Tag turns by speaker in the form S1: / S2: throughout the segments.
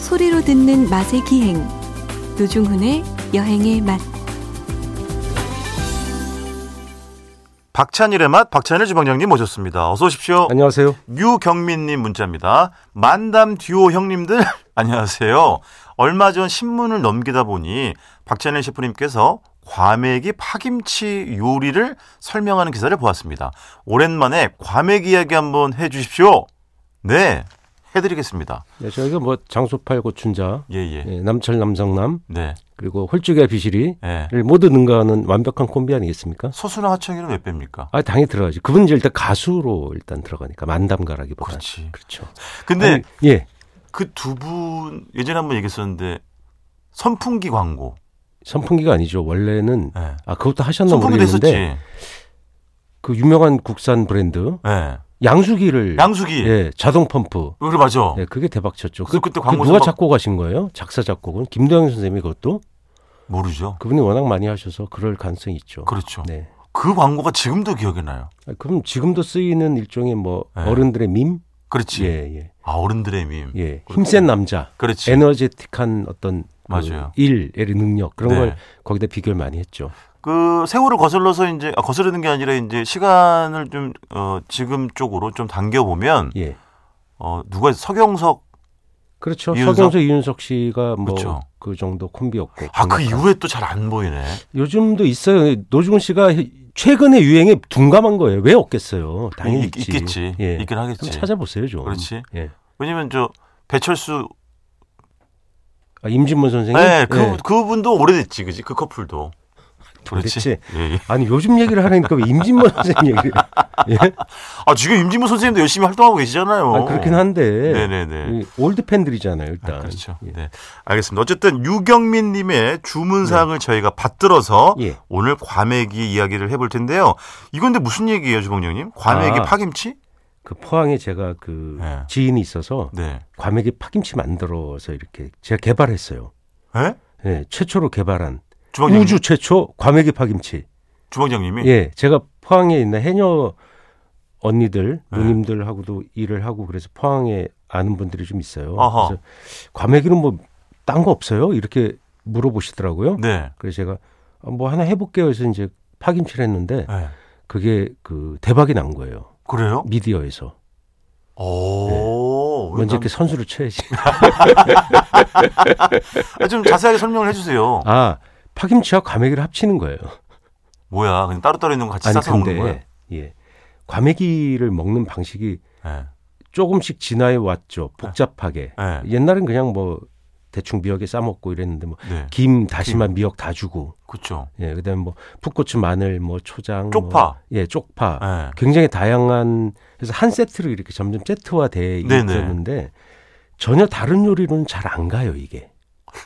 S1: 소리로 듣는 맛의 기행 노중훈의 여행의 맛
S2: 박찬일의 맛, 박찬일 주방장님 모셨습니다. 어서 오십시오.
S3: 안녕하세요.
S2: 유경민님 문자입니다. 만담 듀오 형님들 안녕하세요. 얼마 전 신문을 넘기다 보니 박찬일 셰프님께서 과메기 파김치 요리를 설명하는 기사를 보았습니다. 오랜만에 과메기 이야기 한번 해주십시오. 네, 해드리겠습니다.
S3: 네, 저희가 뭐 장소팔 고춘자,
S2: 예, 예.
S3: 예, 남철 남성남
S2: 네,
S3: 그리고 홀쭉의 비실이를
S2: 예.
S3: 모두 능가하는 완벽한 콤비 아니겠습니까?
S2: 소수나 하청이는 몇 배입니까?
S3: 아 당연히 들어가지. 그분 이제 일단 가수로 일단 들어가니까 만담가라기보다.
S2: 그렇지.
S3: 그렇죠.
S2: 근데
S3: 아니, 예
S2: 그 두 분 예전에 한번 얘기했었는데 선풍기 광고.
S3: 선풍기가 아니죠. 원래는
S2: 예.
S3: 아 그것도 하셨나
S2: 선풍기도 했었지.
S3: 모르겠는데
S2: 예.
S3: 그 유명한 국산 브랜드 양수기를
S2: 양수기.
S3: 예 자동 펌프
S2: 그래 맞아.
S3: 예 그게 대박쳤죠.
S2: 그래서
S3: 그,
S2: 그때
S3: 그
S2: 광고에서
S3: 누가
S2: 막-
S3: 작곡하신 거예요? 작사 작곡은 김도영 선생님이 그것도
S2: 모르죠.
S3: 그분이 워낙 많이 하셔서 그럴 가능성이 있죠.
S2: 그렇죠.
S3: 네.
S2: 그 광고가 지금도 기억이 나요.
S3: 아, 그럼 지금도 쓰이는 일종의 뭐
S2: 네.
S3: 어른들의 밈?
S2: 그렇지.
S3: 예, 예.
S2: 아 어른들의 밈.
S3: 예. 힘센 남자.
S2: 그렇지.
S3: 에너제틱한 어떤 그
S2: 맞아요.
S3: 일, 예를 능력 그런
S2: 네.
S3: 걸 거기다 비교를 많이 했죠.
S2: 그 세월을 거슬러서 이제 아, 거스르는 게 아니라 이제 시간을 좀 어, 지금 쪽으로 좀 당겨 보면
S3: 예.
S2: 어, 누가 서경석
S3: 그렇죠.
S2: 이윤석?
S3: 서경석 이윤석 씨가 뭐
S2: 그쵸.
S3: 그 정도 콤비였고.
S2: 아 그
S3: 강력한.
S2: 이후에 또 잘 안 보이네.
S3: 요즘도 있어요. 노중훈 씨가 최근의 유행에 둔감한 거예요. 왜 없겠어요? 당연히
S2: 음, 있,
S3: 있지.
S2: 겠지
S3: 예.
S2: 있긴
S3: 한번
S2: 하겠지.
S3: 찾아보세요, 좀.
S2: 그렇지.
S3: 예.
S2: 왜냐면 저 배철수
S3: 아, 임진문 선생님.
S2: 네, 그,
S3: 예.
S2: 그분도 오래됐지, 그지? 그 커플도. 그렇지.
S3: 도대체.
S2: 예, 예.
S3: 아니 요즘 얘기를 하라니까 왜 임진문 선생님 얘기를? 예?
S2: 아, 지금 임진무 선생님도 열심히 활동하고 계시잖아요.
S3: 아, 그렇긴 한데.
S2: 네네네.
S3: 이 올드 팬들이잖아요, 일단.
S2: 예. 아, 그렇죠.
S3: 예.
S2: 네. 알겠습니다. 어쨌든 유경민 님의 주문사항을 저희가 받들어서
S3: 네. 예.
S2: 오늘 과메기 이야기를 해볼 텐데요. 이건데 무슨 얘기예요, 주방장님? 과메기
S3: 아.
S2: 파김치?
S3: 그 포항에 제가 그
S2: 네.
S3: 지인이 있어서
S2: 네.
S3: 과메기 파김치 만들어서 이렇게 제가 개발했어요.
S2: 예?
S3: 예, 최초로 개발한
S2: 주방장님.
S3: 우주 최초 과메기 파김치.
S2: 주방장님이?
S3: 예, 제가 포항에 있는 해녀 언니들,
S2: 네.
S3: 누님들하고도 일을 하고 그래서 포항에 아는 분들이 좀 있어요.
S2: 아하.
S3: 그래서 과메기는 뭐 딴 거 없어요? 이렇게 물어보시더라고요.
S2: 네.
S3: 그래서 제가 아, 뭐 하나 해볼게요 해서 이제 파김치를 했는데
S2: 예.
S3: 그게 그 대박이 난 거예요.
S2: 그래요?
S3: 미디어에서.
S2: 오.
S3: 음. 예. 먼저 이렇게 선수를 쳐야지.
S2: 아, 좀 자세하게 설명을 해주세요.
S3: 아, 파김치와 과메기를 합치는 거예요.
S2: 뭐야, 그냥 따로따로 있는 거 같이 싸서 먹는 거예요?
S3: 예. 과메기를 먹는 방식이
S2: 예.
S3: 조금씩 진화해 왔죠.
S2: 아.
S3: 복잡하게.
S2: 예.
S3: 옛날엔 그냥 뭐 대충 미역에 싸 먹고 이랬는데
S2: 네.
S3: 뭐 김 다시마 미역 다 주고
S2: 그렇죠.
S3: 예, 그다음에 뭐 풋고추 마늘 뭐 초장 뭐-
S2: 쪽파.
S3: 예, 쪽파.
S2: 예.
S3: 굉장히 다양한 그래서 한 세트로 이렇게 점점 세트화돼
S2: 네네.
S3: 있었는데 전혀 다른 요리로는 잘 안 가요 이게.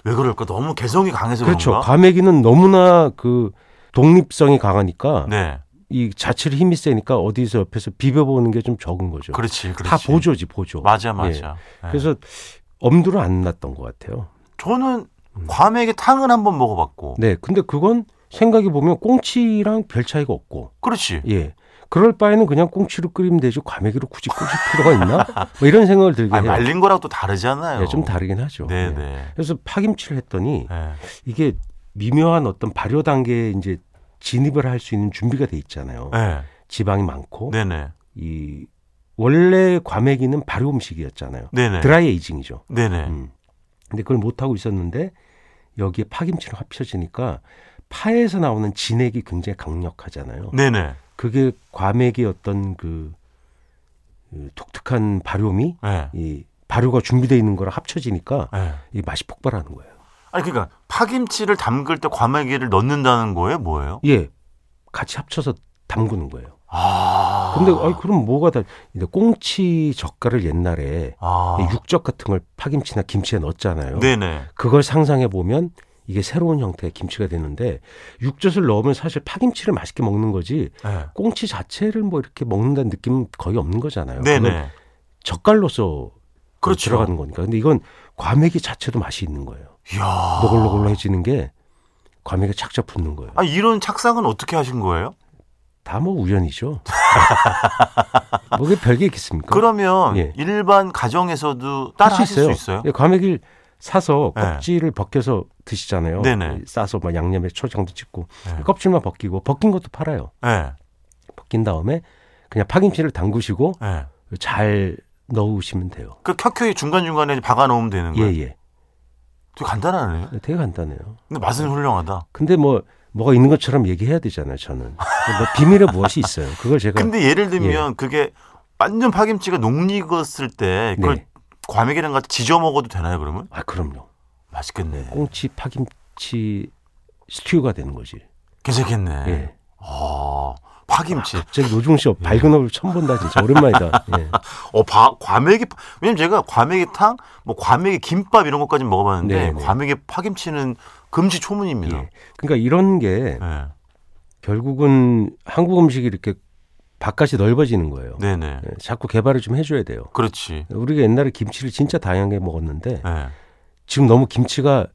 S2: 왜 그럴까? 너무 개성이 강해서
S3: 그렇죠.
S2: 그런가?
S3: 과메기는 너무나 그 독립성이 강하니까
S2: 네.
S3: 이 자체를 힘이 세니까 어디서 옆에서 비벼보는 게 좀 적은 거죠.
S2: 그렇지, 그렇지.
S3: 다 보조지 보조.
S2: 맞아,
S3: 예.
S2: 맞아. 예.
S3: 그래서 엄두를 안 놨던 것 같아요.
S2: 저는 과메기 탕을 한번 먹어봤고,
S3: 음. 네, 근데 그건 생각해 보면 꽁치랑 별 차이가 없고,
S2: 그렇지.
S3: 예. 그럴 바에는 그냥 꽁치로 끓이면 되지 과메기로 굳이 끓일 필요가 있나? 뭐 이런 생각을 들게
S2: 아니,
S3: 해요.
S2: 말린 거랑 또 다르잖아요.
S3: 예, 좀 다르긴 하죠.
S2: 네,
S3: 예.
S2: 네.
S3: 그래서 파김치를 했더니
S2: 예.
S3: 이게 미묘한 어떤 발효 단계에 이제 진입을 할 수 있는 준비가 돼 있잖아요.
S2: 예.
S3: 지방이 많고
S2: 네, 네.
S3: 이 원래 과메기는 발효 음식이었잖아요.
S2: 네, 네.
S3: 드라이 에이징이죠.
S2: 네, 네.
S3: 음. 근데 그걸 못 하고 있었는데 여기에 파김치로 합쳐지니까 파에서 나오는 진액이 굉장히 강력하잖아요.
S2: 네, 네.
S3: 그게 과메기 어떤 그, 그 독특한 발효미,
S2: 예.
S3: 이 발효가 준비되어 있는 거랑 합쳐지니까
S2: 예.
S3: 이 맛이 폭발하는 거예요.
S2: 아니, 그러니까 파김치를 담글 때 과메기를 넣는다는 거예요? 뭐예요?
S3: 예, 같이 합쳐서 담그는 거예요.
S2: 아.
S3: 근데 어, 아이, 그럼 뭐가 다? 근데 꽁치 젓갈을 옛날에
S2: 아.
S3: 이 육젓 같은 걸 파김치나 김치에 넣었잖아요.
S2: 네, 네.
S3: 그걸 상상해 보면 이게 새로운 형태의 김치가 되는데 육젓을 넣으면 사실 파김치를 맛있게 먹는 거지
S2: 예.
S3: 꽁치 자체를 뭐 이렇게 먹는다는 느낌은 거의 없는 거잖아요.
S2: 네,
S3: 그건
S2: 네.
S3: 젓갈로서
S2: 그렇죠.
S3: 들어가는 거니까. 근데 이건 과메기 자체도 맛이 있는 거예요.
S2: 이야.
S3: 노골노골해지는 게 과메기가 착착 붙는 거예요.
S2: 아, 이런 착상은 어떻게 하신 거예요?
S3: 다 뭐 우연이죠. 뭐게 별게 있겠습니까?
S2: 그러면
S3: 예.
S2: 일반 가정에서도
S3: 할
S2: 따라 하실 수 있어요?
S3: 예, 과메기를 사서
S2: 네.
S3: 껍질을 벗겨서 드시잖아요.
S2: 네네.
S3: 싸서 막 양념에 초장도 찍고
S2: 네.
S3: 껍질만 벗기고 벗긴 것도 팔아요.
S2: 예.
S3: 벗긴 다음에 그냥 파김치를 담그시고
S2: 예.
S3: 잘 넣으시면 돼요.
S2: 그 켜켜이 중간 중간에 박아 놓으면 되는
S3: 예,
S2: 거예요.
S3: 예.
S2: 되게 간단하네요.
S3: 되게 간단해요.
S2: 근데
S3: 예.
S2: 맛은 훌륭하다.
S3: 근데 뭐 뭐가 있는 것처럼 얘기해야 되잖아요, 저는. 뭐 비밀의 무엇이 있어요. 그걸 제가
S2: 근데 예를 들면 그게 완전 파김치가 녹익었을 때 그걸
S3: 네.
S2: 과메기랑 같이 지져 먹어도 되나요, 그러면?
S3: 아, 그럼요.
S2: 맛있겠네.
S3: 꽁치 파김치 스튜가 되는 거지.
S2: 괜찮겠네.
S3: 예.
S2: 아, 파김치.
S3: 갑자기 노중 씨 어, 밝은 얼굴 처음 본다 진짜 오랜만이다. 예.
S2: 어, 바- 과메기. 파- 왜냐면 제가 과메기탕, 뭐 과메기 김밥 이런 것까지 먹어봤는데
S3: 네, 네.
S2: 과메기 파김치는 금시 초문입니다.
S3: 예. 그러니까 이런 게
S2: 네,
S3: 결국은 한국 음식이 이렇게 바깥이 넓어지는 거예요.
S2: 네, 네.
S3: 예, 자꾸 개발을 좀 해줘야 돼요.
S2: 그렇지.
S3: 우리가 옛날에 김치를 진짜 다양하게 먹었는데
S2: 네,
S3: 지금 너무 김치가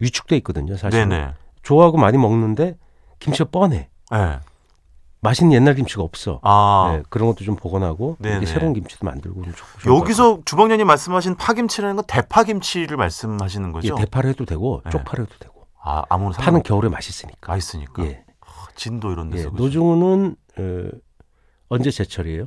S3: 위축돼 있거든요.
S2: 네,
S3: 사실
S2: 네.
S3: 좋아하고 많이 먹는데 김치가 뻔해.
S2: 네.
S3: 맛있는 옛날 김치가 없어.
S2: 아,
S3: 예, 그런 것도 좀 보관하고
S2: 네네.
S3: 이게 새로운 김치도 만들고 좀 좋고 좋은 것
S2: 여기서 주방장님 말씀하신 파김치라는 건 대파김치를 말씀하시는
S3: 같아요.
S2: 거죠?
S3: 예, 대파를 해도 되고
S2: 네.
S3: 쪽파를 해도 되고
S2: 아, 아무런
S3: 파는
S2: 상관
S3: 겨울에 맛있으니까.
S2: 맛있으니까.
S3: 예,
S2: 아, 진도 이런
S3: 예.
S2: 데서. 그죠?
S3: 노중우는 어, 언제 제철이에요?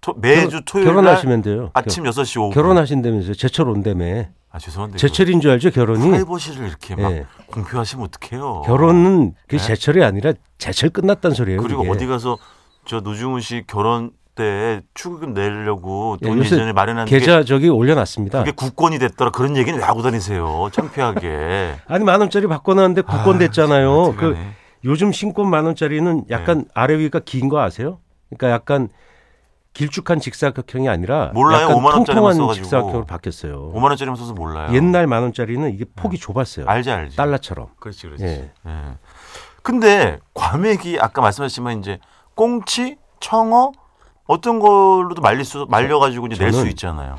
S2: 토- 매주 토요일 날
S3: 결혼하시면 돼요.
S2: 아침 6시 오후.
S3: 결혼하신다면서 제철 온다며
S2: 아, 죄송한데.
S3: 제철인 줄 알죠 결혼이?
S2: 사이버시를 이렇게 막
S3: 예.
S2: 공표하시면 어떡해요?
S3: 결혼은 그
S2: 네.
S3: 제철이 아니라 제철 끝났단 소리예요.
S2: 그리고
S3: 그게.
S2: 어디 가서 저 노중훈 씨 결혼 때 축의금 내려고
S3: 예,
S2: 돈
S3: 요새
S2: 예전에 마련한 게
S3: 계좌 저기 올려놨습니다.
S2: 그게 국권이 됐더라 그런 얘기는 왜 하고 다니세요? 창피하게.
S3: 아니 만 원짜리 바꿔놨는데 국권
S2: 아,
S3: 됐잖아요.
S2: 정말
S3: 그
S2: 어떡하네. 네.
S3: 요즘 신권 만 원짜리는 약간 아래 위가 긴 거 아세요? 그러니까 약간 길쭉한 직사각형이 아니라
S2: 몰라요.
S3: 약간
S2: 5만 원짜리만
S3: 통통한
S2: 써가지고.
S3: 직사각형으로 바뀌었어요.
S2: 5만 원짜리만 써서 몰라요.
S3: 그- 옛날 만 원짜리는 이게 폭이 좁았어요.
S2: 네. 알지 알지.
S3: 달러처럼.
S2: 그렇지 그렇지.
S3: 예.
S2: 예. 근데 과메기 아까 말씀하셨지만 이제 꽁치, 청어 어떤 걸로도 말릴 수 말려 가지고 이제 낼 수
S3: 저는-
S2: 있잖아요.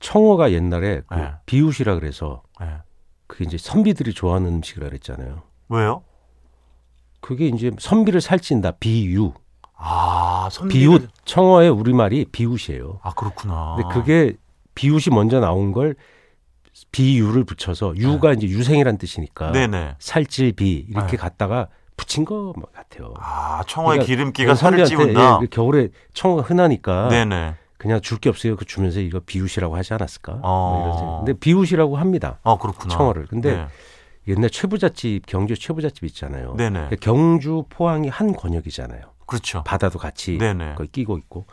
S3: 청어가 옛날에 그
S2: 네.
S3: 비웃이라 그래서
S2: 예.
S3: 그게 이제 선비들이 좋아하는 음식이라 그랬잖아요.
S2: 왜요?
S3: 그게 이제 선비를 살찐다. 비유.
S2: 아, 선비를-
S3: 비웃. 청어의 우리말이 비웃이에요.
S2: 아, 그렇구나.
S3: 근데 그게 비웃이 먼저 나온 걸 비유를 붙여서 유가 이제 유생이란 뜻이니까
S2: 아. 네, 네.
S3: 살찔 비 이렇게
S2: 네.
S3: 갖다가 붙인 것 같아요.
S2: 아, 청어의
S3: 그러니까
S2: 기름기가
S3: 선비한테,
S2: 살을 찌운다.
S3: 예, 그러니까 그 겨울에 청어가 흔하니까
S2: 네네.
S3: 그냥 줄 게 없어요. 그 주면서 이거 비웃이라고 하지 않았을까? 뭐 이런
S2: 어.
S3: 생각. 근데 비웃이라고 합니다.
S2: 아, 그렇구나.
S3: 청어를. 근데
S2: 네.
S3: 옛날 최부잣집 경주 최부잣집 있잖아요. 그러니까
S2: 네네.
S3: 경주 포항이 한 권역이잖아요.
S2: 그렇죠.
S3: 바다도 같이 그
S2: 네네.
S3: 거의 끼고 있고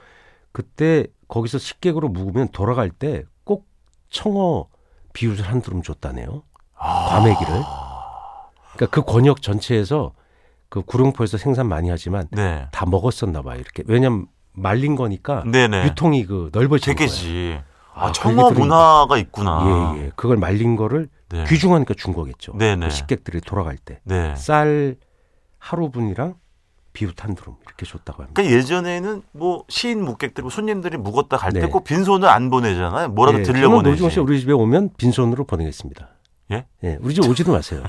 S3: 그때 거기서 식객으로 묵으면 돌아갈 때 꼭 청어 비웃을 한 두름 줬다네요.
S2: 아,
S3: 과메기를. 그러니까 그 권역 전체에서 그 구룡포에서 생산 많이 하지만
S2: 네.
S3: 다 먹었었나 봐요. 이렇게 왜냐면 말린 거니까
S2: 음. 네네.
S3: 유통이 그 넓어지는 거예요.
S2: 되겠지. 아,
S3: 아,
S2: 청어
S3: 그게 들으니까.
S2: 문화가 있구나.
S3: 예예. 그걸 말린 거를
S2: 네.
S3: 귀중하니까 준 거겠죠.
S2: 네네.
S3: 그 식객들이 돌아갈 때.
S2: 네.
S3: 쌀 하루분이랑 비웃 한 두름 이렇게 줬다고 합니다.
S2: 그러니까 예전에는 뭐 시인 묵객들, 뭐 손님들이 묵었다 갈 때
S3: 네.
S2: 꼭 빈손을 안 보내잖아요. 뭐라도
S3: 예, 저는
S2: 들려보내지.
S3: 노지원 씨 우리 집에 오면 빈손으로 보내겠습니다.
S2: 예?
S3: 우리 집 오지도 마세요.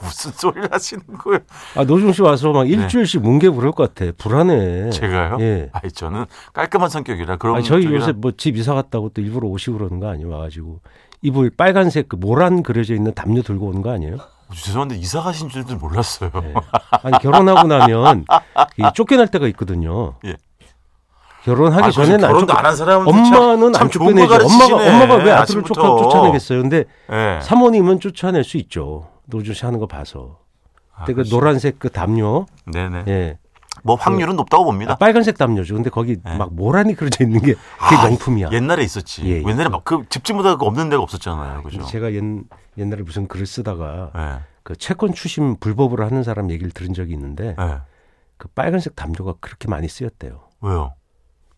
S2: 무슨 소리를 하시는 거예요?
S3: 아, 노지원 씨 와서 막 일주일씩 뭉개 부를 것 같아. 불안해.
S2: 네. 제가요?
S3: 예.
S2: 아니, 저는 깔끔한 성격이라 그런
S3: 아, 저희
S2: 쪽이라-
S3: 요새 뭐 집 이사 갔다고 또 일부러 오시고 그러는 거 아니에요? 와가지고. 이불 빨간색 그 모란 그려져 있는 담요 들고 오는 거 아니에요?
S2: 죄송한데 이사 가신 줄도 몰랐어요.
S3: 예. 아니, 결혼하고 나면 이 쫓겨날 때가 있거든요.
S2: 예.
S3: 결혼하기
S2: 아,
S3: 전에는 안
S2: 결혼도
S3: 쫓겨-
S2: 안 한 사람은
S3: 엄마는
S2: 참
S3: 안
S2: 좋은 거
S3: 쫓겨내죠. 엄마가,
S2: 가르치시네,
S3: 엄마가 왜 아들을
S2: 아침부터.
S3: 쫓아, 쫓아내겠어요. 근데
S2: 예.
S3: 사모님은 쫓아낼 수 있죠. 노준 씨 하는 거 봐서. 근데 그
S2: 그렇죠.
S3: 노란색 그 담요,
S2: 네네.
S3: 예,
S2: 뭐 확률은 높다고 봅니다.
S3: 아, 빨간색 담요죠. 근데 거기
S2: 네.
S3: 막 모란이 그려져 있는 게 그게
S2: 아,
S3: 명품이야.
S2: 옛날에 있었지.
S3: 예, 예.
S2: 옛날에 막 그 집집마다 그 없는 데가 없었잖아요. 그죠?
S3: 제가 옛, 옛날에 무슨 글을 쓰다가
S2: 예.
S3: 그 채권 추심 불법으로 하는 사람 얘기를 들은 적이 있는데
S2: 예.
S3: 그 빨간색 담요가 그렇게 많이 쓰였대요.
S2: 왜요?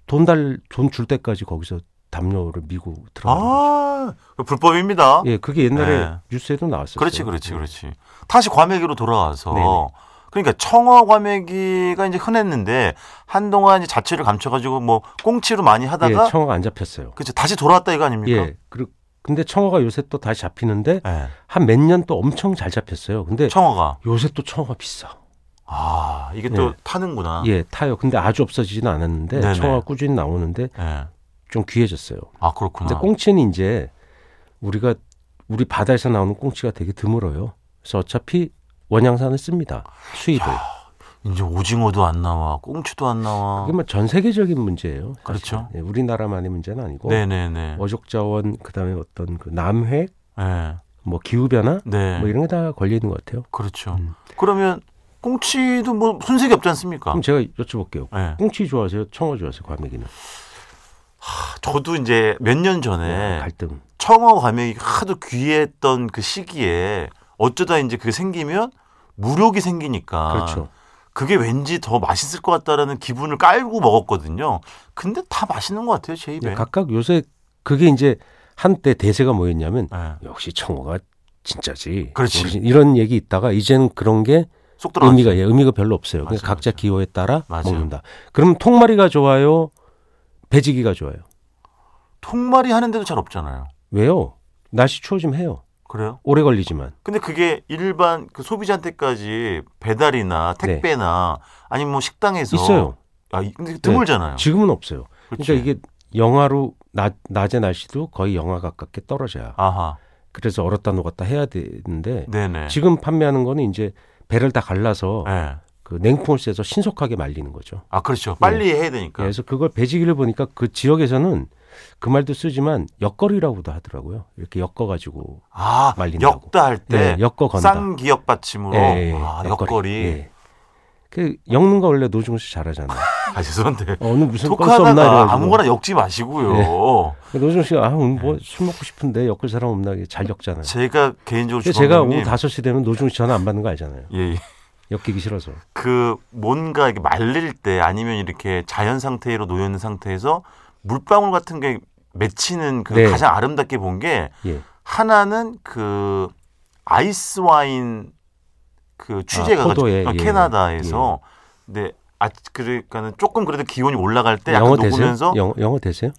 S3: 돈 달 돈 줄 때까지 거기서 담요를 미고 들어가는 거죠.
S2: 아, 그 불법입니다.
S3: 예, 그게 옛날에
S2: 네.
S3: 뉴스에도 나왔었어요.
S2: 그렇지, 그렇지,
S3: 예.
S2: 그렇지. 다시 과메기로 돌아와서
S3: 네네.
S2: 그러니까 청어 과메기가 이제 흔했는데 한동안 이제 자취를 감춰가지고 뭐 꽁치로 많이 하다가
S3: 예, 청어가 안 잡혔어요.
S2: 그치 다시 돌아왔다 이거 아닙니까?
S3: 예, 그리 근데 청어가 요새 또 다시 잡히는데
S2: 예.
S3: 한 몇 년 또 엄청 잘 잡혔어요. 근데
S2: 청어가
S3: 요새 또 청어가 비싸.
S2: 아 이게 또
S3: 예.
S2: 타는구나.
S3: 예, 타요. 근데 아주 없어지진 않았는데
S2: 아. 네네.
S3: 청어가 꾸준히 나오는데
S2: 예.
S3: 좀 귀해졌어요.
S2: 아 그렇구나.
S3: 근데 꽁치는 이제 우리가 우리 바다에서 나오는 꽁치가 되게 드물어요. 그래서 어차피 원양산을 씁니다. 수입을.
S2: 이제 오징어도 안 나와, 꽁치도 안 나와.
S3: 아, 그게 뭐전 세계적인 문제예요. 사실은.
S2: 그렇죠.
S3: 예, 뭐 우리나라만의 문제는 아니고
S2: 네네네.
S3: 어족 자원 그다음에 어떤 그 남획
S2: 네.
S3: 뭐 기후 변화
S2: 네.
S3: 뭐 이런 게 다 걸려 있는 것 같아요.
S2: 그렇죠.
S3: 음.
S2: 그러면 꽁치도 뭐 손색이 없지 않습니까?
S3: 그럼 제가 여쭤볼게요.
S2: 예.
S3: 꽁치 좋아하세요? 청어 좋아하세요? 과메기는?
S2: 저도 이제 몇 년 전에
S3: 아, 갈등.
S2: 청어 과메기 하도 귀했던 그 시기에 어쩌다 이제 그게 생기면 무력이 생기니까
S3: 그렇죠.
S2: 그게 왠지 더 맛있을 것 같다라는 기분을 깔고 먹었거든요. 근데 다 맛있는 것 같아요 제 입에.
S3: 근데 네, 각각 요새 그게 이제 한때 대세가 뭐였냐면
S2: 예.
S3: 역시 청어가 진짜지.
S2: 그렇지.
S3: 역시 이런 얘기 있다가 이제는 그런 게
S2: 쏙 들어가.
S3: 의미가 예, 의미가 별로 없어요. 그냥
S2: 맞아요,
S3: 각자
S2: 맞아요.
S3: 기호에 따라
S2: 맞아요.
S3: 먹는다. 그럼 통마리가 좋아요? 배지기가 좋아요?
S2: 통말이 하는데도 잘 없잖아요.
S3: 왜요? 날씨 추워지면 해요.
S2: 그래요?
S3: 오래 걸리지만.
S2: 근데 그게 일반 그 소비자한테까지 배달이나
S3: 네.
S2: 택배나 아니면 뭐 식당에서
S3: 있어요. 네.
S2: 아, 이- 근데 드물잖아요.
S3: 지금은 없어요.
S2: 그렇죠.
S3: 그러니까 이게 영하로 낮, 낮의 날씨도 거의 영하 가깝게 떨어져야.
S2: 아하.
S3: 그래서 얼었다 녹았다 해야 되는데
S2: 네네.
S3: 지금 판매하는 거는 이제 배를 다 갈라서
S2: 예.
S3: 그 냉풍을 쐬서 신속하게 말리는 거죠.
S2: 아 그렇죠. 빨리 해야 되니까.
S3: 그래서 그걸 배지기를 보니까 그 지역에서는 그 말도 쓰지만 역거리라고도 하더라고요. 이렇게 엮어가지고
S2: 아
S3: 말린다고.
S2: 역다 할 때
S3: 네, 엮어 건다.
S2: 쌍기역 받침으로 아, 옆걸이.
S3: 예. 그 엮는 거 원래 노중훈 씨 잘하잖아요.
S2: 아 죄송한데
S3: 어, 오늘 무슨 건수 없나
S2: 토크하다가
S3: 이래가지고.
S2: 아무거나 예. 엮지 마시고요.
S3: 노중훈 씨가 아, 오늘 뭐 술 먹고 싶은데 엮을 사람 없나 이게 잘 엮잖아요.
S2: 제가 개인적으로
S3: 예. 근데 제가 뭐 오늘
S2: 주방장님,
S3: 5시 되면 노중훈 씨 전화 안 받는 거 알잖아요.
S2: 예, 예.
S3: 엮이기 싫어서.
S2: 그 뭔가 이렇게 말릴 때 아니면 이렇게 자연 상태로 놓여 있는 상태에서 물방울 같은 게 맺히는 그
S3: 네.
S2: 가장 아름답게 본 게
S3: 예.
S2: 하나는 그 아이스 와인 그 취재가
S3: 포도에, 예.
S2: 캐나다에서 근데 아 그러니까는 조금 그래도 기온이 올라갈 때 네, 약간
S3: 영어 되세요?
S2: 녹으면서
S3: 영어, 영어 되세요?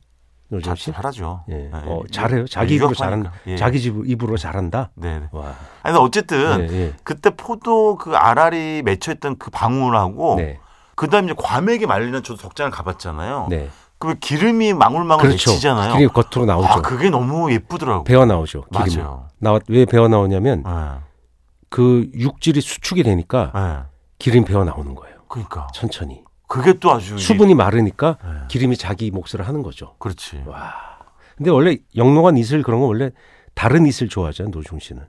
S3: 노중훈
S2: 잘,
S3: 씨?
S2: 잘하죠.
S3: 예.
S2: 네.
S3: 어, 잘해요. 자기 입으로
S2: 유학파니까.
S3: 잘한다.
S2: 예.
S3: 자기 집 입으로 잘한다.
S2: 네. 네.
S3: 와.
S2: 아니 근데 어쨌든
S3: 예, 예.
S2: 그때 포도 그 알알이 맺혀있던 그 방울하고
S3: 네.
S2: 그다음에 이제 과메기 말리는 저도 적장을 가봤잖아요.
S3: 네.
S2: 그러면 기름이 망울망울
S3: 그렇죠.
S2: 맺히잖아요.
S3: 기름이 겉으로 나오죠.
S2: 어, 아 그게 너무 예쁘더라고. 요
S3: 배어 나오죠. 기름이.
S2: 맞아요.
S3: 나왜 배어 나오냐면
S2: 예.
S3: 그 육질이 수축이 되니까
S2: 예.
S3: 기름이 배어 나오는 거예요.
S2: 그러니까
S3: 천천히.
S2: 그게 또 아주 이게-
S3: 수분이 마르니까
S2: 음, 예.
S3: 기름이 자기 몫을 하는 거죠.
S2: 그렇지.
S3: 와. 근데 원래 영롱한 이슬 그런 거 원래 다른 이슬 좋아하잖아요. 노중 씨는.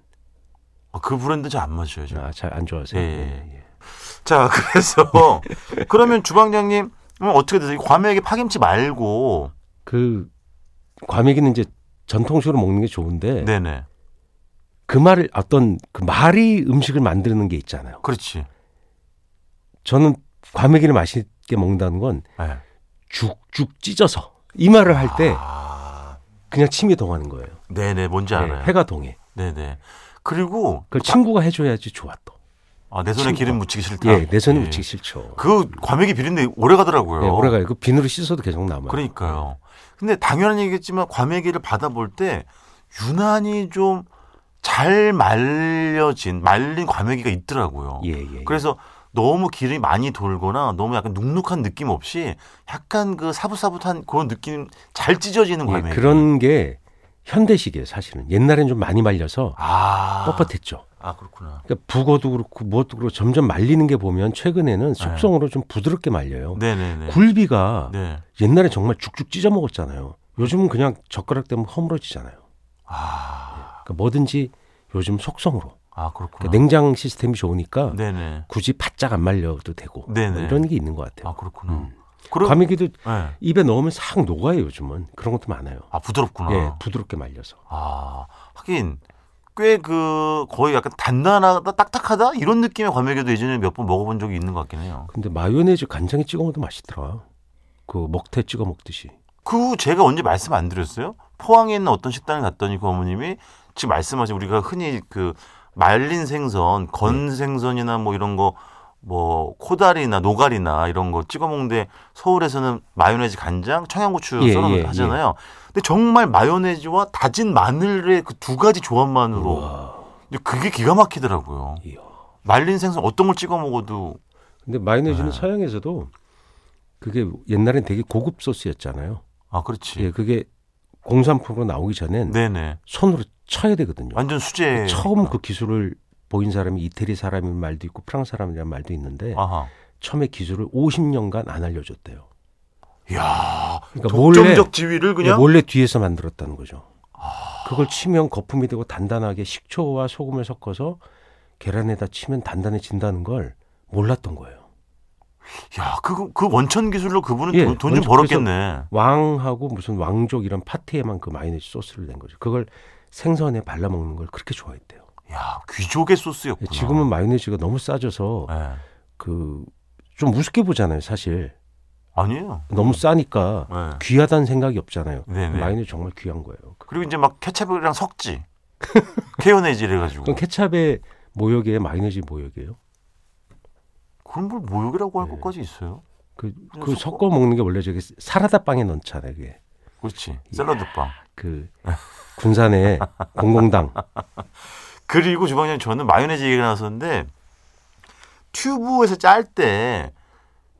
S2: 아, 그 브랜드 잘 안 맞아요. 제가.
S3: 아, 잘 안 좋아하세요.
S2: 예, 예, 자 그래서 그러면 주방장님 음, 어떻게 되세요? 과메기 파김치 말고
S3: 그 과메기는 이제 전통식으로 먹는 게 좋은데
S2: 네네
S3: 그 말을 어떤 그 말이 음식을 만드는 게 있잖아요.
S2: 그렇지.
S3: 저는 과메기를 맛있게 먹는다는 건
S2: 예.
S3: 죽죽 찢어서 이 말을 할 때
S2: 아,
S3: 그냥 침이 동하는 거예요.
S2: 네네 뭔지
S3: 네,
S2: 알아요.
S3: 해가 동해.
S2: 네네 그리고
S3: 그걸 친구가 해줘야지 좋아 또.
S2: 아, 내 손에
S3: 친구가.
S2: 기름 묻히기 싫다.
S3: 예, 내 손에
S2: 예.
S3: 묻히기 싫죠.
S2: 그 과메기 비린내 오래 가더라고요.
S3: 네, 오래가요. 그 비누로 씻어도 계속 남아요.
S2: 그러니까요. 근데 당연한 얘기겠지만 과메기를 받아볼 때 유난히 좀 잘 말려진 말린 과메기가 있더라고요.
S3: 예, 예. 예.
S2: 그래서 너무 기름이 많이 돌거나 너무 약간 눅눅한 느낌 없이 약간 그 사붓사붓한 그런 느낌 잘 찢어지는
S3: 예,
S2: 과메기.
S3: 그런 게 현대식이에요, 사실은. 옛날엔 좀 많이 말려서
S2: 아
S3: 뻣뻣했죠.
S2: 아 그렇구나.
S3: 그러니까 북어도 그렇고 무엇도 그렇고 점점 말리는 게 보면 최근에는 속성으로 좀 부드럽게 말려요.
S2: 네. 네네네.
S3: 굴비가
S2: 네.
S3: 옛날에 정말 죽죽 찢어 먹었잖아요. 요즘은 그냥 젓가락 때문에 허물어지잖아요.
S2: 아,
S3: 그러니까 뭐든지 요즘 속성으로.
S2: 아
S3: 그러니까
S2: 그렇구나.
S3: 냉장 시스템이 좋으니까
S2: 네네.
S3: 굳이 바짝 안 말려도 되고 뭐
S2: 네네.
S3: 이런 게 있는
S2: 아
S3: 것 같아요.
S2: 그렇구나.
S3: 음.
S2: 그럼
S3: 과메기도
S2: 네.
S3: 입에 넣으면 싹 녹아요 요즘은 그런 것도 많아요.
S2: 아 부드럽구나.
S3: 예, 부드럽게 말려서.
S2: 아, 하긴 꽤 그 거의 약간 단단하다, 딱딱하다 이런 느낌의 과메기도 예전에 몇 번 먹어본 적이 있는 것 같긴 해요.
S3: 근데 마요네즈 간장에 찍어 먹어도 맛있더라. 그 먹태 찍어 먹듯이.
S2: 그 후 제가 언제 말씀 안 드렸어요? 포항에 있는 어떤 식당에 갔더니 그 어머님이 지금 말씀하신 우리가 흔히 그 말린 생선, 건
S3: 네.
S2: 생선이나 뭐 이런 거 뭐 코다리나 노가리나 이런 거 찍어 먹는데 서울에서는 마요네즈 간장, 청양고추
S3: 예,
S2: 썰어
S3: 예,
S2: 하잖아요. 근데 정말 마요네즈와 다진 마늘의 그 두 가지 조합만으로
S3: 와.
S2: 근데 그게 기가 막히더라고요.
S3: 이야.
S2: 말린 생선 어떤 걸 찍어 먹어도
S3: 근데 마요네즈는
S2: 아.
S3: 서양에서도 그게 옛날엔 되게 고급 소스였잖아요.
S2: 아 그렇지.
S3: 예, 그게 공산품으로 나오기 전엔
S2: 네네. 아, 네.
S3: 손으로 쳐야 되거든요.
S2: 완전 수제.
S3: 처음 그 기술을 보인 사람이 이태리 사람인 말도 있고 프랑스 사람이란 말도 있는데
S2: 아하.
S3: 처음에 기술을 50년간 안 알려줬대요.
S2: 이야.
S3: 그러니까 예,
S2: 독점적 지위를 그냥.
S3: 몰래 뒤에서 만들었다는 거죠. 그걸 치면 거품이 되고 단단하게 식초와 소금을 섞어서 계란에다 치면 단단해진다는 걸 몰랐던 거예요.
S2: 야, 그, 그 원천 기술로 그분은
S3: 예,
S2: 돈 좀
S3: 원천-
S2: 벌었겠네.
S3: 왕하고 무슨 왕족 이런 파티에만 그 마요네즈 소스를 낸 거죠. 그걸 생선에 발라 먹는 걸 그렇게 좋아했대요. 예,
S2: 야, 귀족의 소스였구나.
S3: 지금은 마요네즈가 너무 싸져서
S2: 예.
S3: 그 좀 우습게 보잖아요, 사실.
S2: 아니에요.
S3: 너무 싸니까
S2: 예.
S3: 귀하다는 생각이 없잖아요.
S2: 네네.
S3: 마요네즈 정말 귀한 거예요.
S2: 그리고 이제 막 케첩이랑 섞지. 케요네즈 이래가지고.
S3: 그럼 케찹의 모욕에 마요네즈 모욕이에요?
S2: 그럼 뭘 모욕이라고
S3: 예.
S2: 할 것까지 있어요.
S3: 그,
S2: 그냥
S3: 그
S2: 섞어.
S3: 섞어 먹는 게 원래 저게 사라다 빵에 넣잖아요. 그게.
S2: 그렇지.
S3: 예.
S2: 샐러드빵.
S3: 그 군산의 공공당.
S2: 그리고 주방장님 저는 마요네즈 얘기가 나왔었는데 튜브에서 짤 때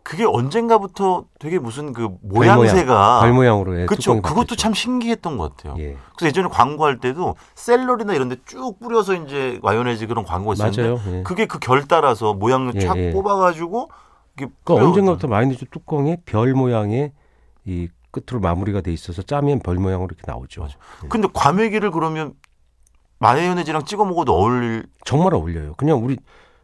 S2: 그게 언젠가부터 되게 무슨 그 모양새가
S3: 발 모양으로 해.
S2: 그쵸 그것도 참 신기했던 것 같아요.
S3: 예.
S2: 그래서 예전에 광고할 때도 샐러리나 이런 데 쭉 뿌려서 이제 마요네즈 그런 광고가 있었는데
S3: 맞아요. 예.
S2: 그게 그 결 따라서 모양을
S3: 예,
S2: 쫙
S3: 예.
S2: 뽑아가지고 이게
S3: 그 언젠가부터 마요네즈 뚜껑에 별 모양의 이 끝으로 마무리가 돼 있어서 짜면 별 모양으로 이렇게 나오죠.
S2: 맞아요. 네. 근데 과메기를 그러면 마요네즈랑 찍어 먹어도 어울릴
S3: 정말 어울려요. 그냥 우리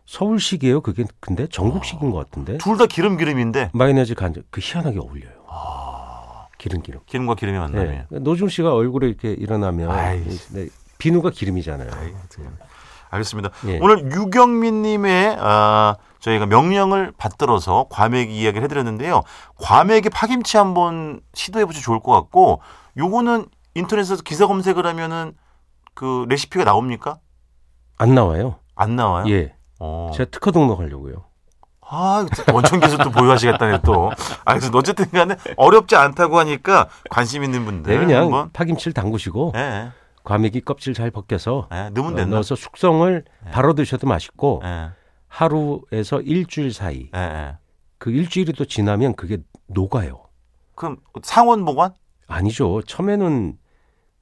S3: 서울식이에요. 그게 근데
S2: 아.
S3: 전국식인 것 같은데
S2: 둘 다 기름 기름인데
S3: 마요네즈 간장 그 희한하게 어울려요.
S2: 아.
S3: 기름 기름.
S2: 기름과 기름의 만남이에요.
S3: 네. 노중 씨가 얼굴에 이렇게 일어나면
S2: 아이.
S3: 네, 비누가 기름이잖아요.
S2: 아이, 어떡해. 예, 알겠습니다.
S3: 예.
S2: 오늘 유경민님의 아, 저희가 명령을 받들어서 과메기 이야기를 해드렸는데요. 과메기 파김치 한번 시도해 보시 좋을 것 같고, 요거는 인터넷에서 기사 검색을 하면은 그 레시피가 나옵니까?
S3: 안 나와요.
S2: 안 나와요.
S3: 예,
S2: 어.
S3: 제가 특허 등록하려고요.
S2: 아, 이거 원천 기술 또 보유하시겠다네 또. 아, 그래서 어쨌든간에 어렵지 않다고 하니까 관심 있는 분들
S3: 네, 그냥
S2: 한번
S3: 파김치를 담그시고
S2: 예, 예,
S3: 과메기 껍질 잘 벗겨서
S2: 예, 넣으면
S3: 어,
S2: 된다.
S3: 넣어서 숙성을
S2: 네.
S3: 바로 드셔도 맛있고
S2: 예,
S3: 하루에서 일주일 사이
S2: 예, 예.
S3: 그 일주일이 또 지나면 그게 녹아요.
S2: 그럼 상온 보관?
S3: 아니죠. 처음에는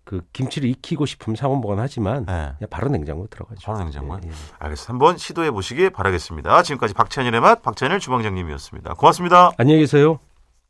S3: 그 김치를 익히고 싶으면 상온 보관하지만
S2: 예.
S3: 그냥 바로 냉장고에 들어가죠.
S2: 바로 네, 냉장고에?
S3: 예, 예.
S2: 알겠습니다. 한번 시도해 보시기 바라겠습니다. 지금까지 박찬일의 맛, 박찬일 주방장님이었습니다. 고맙습니다.
S3: 안녕히 계세요.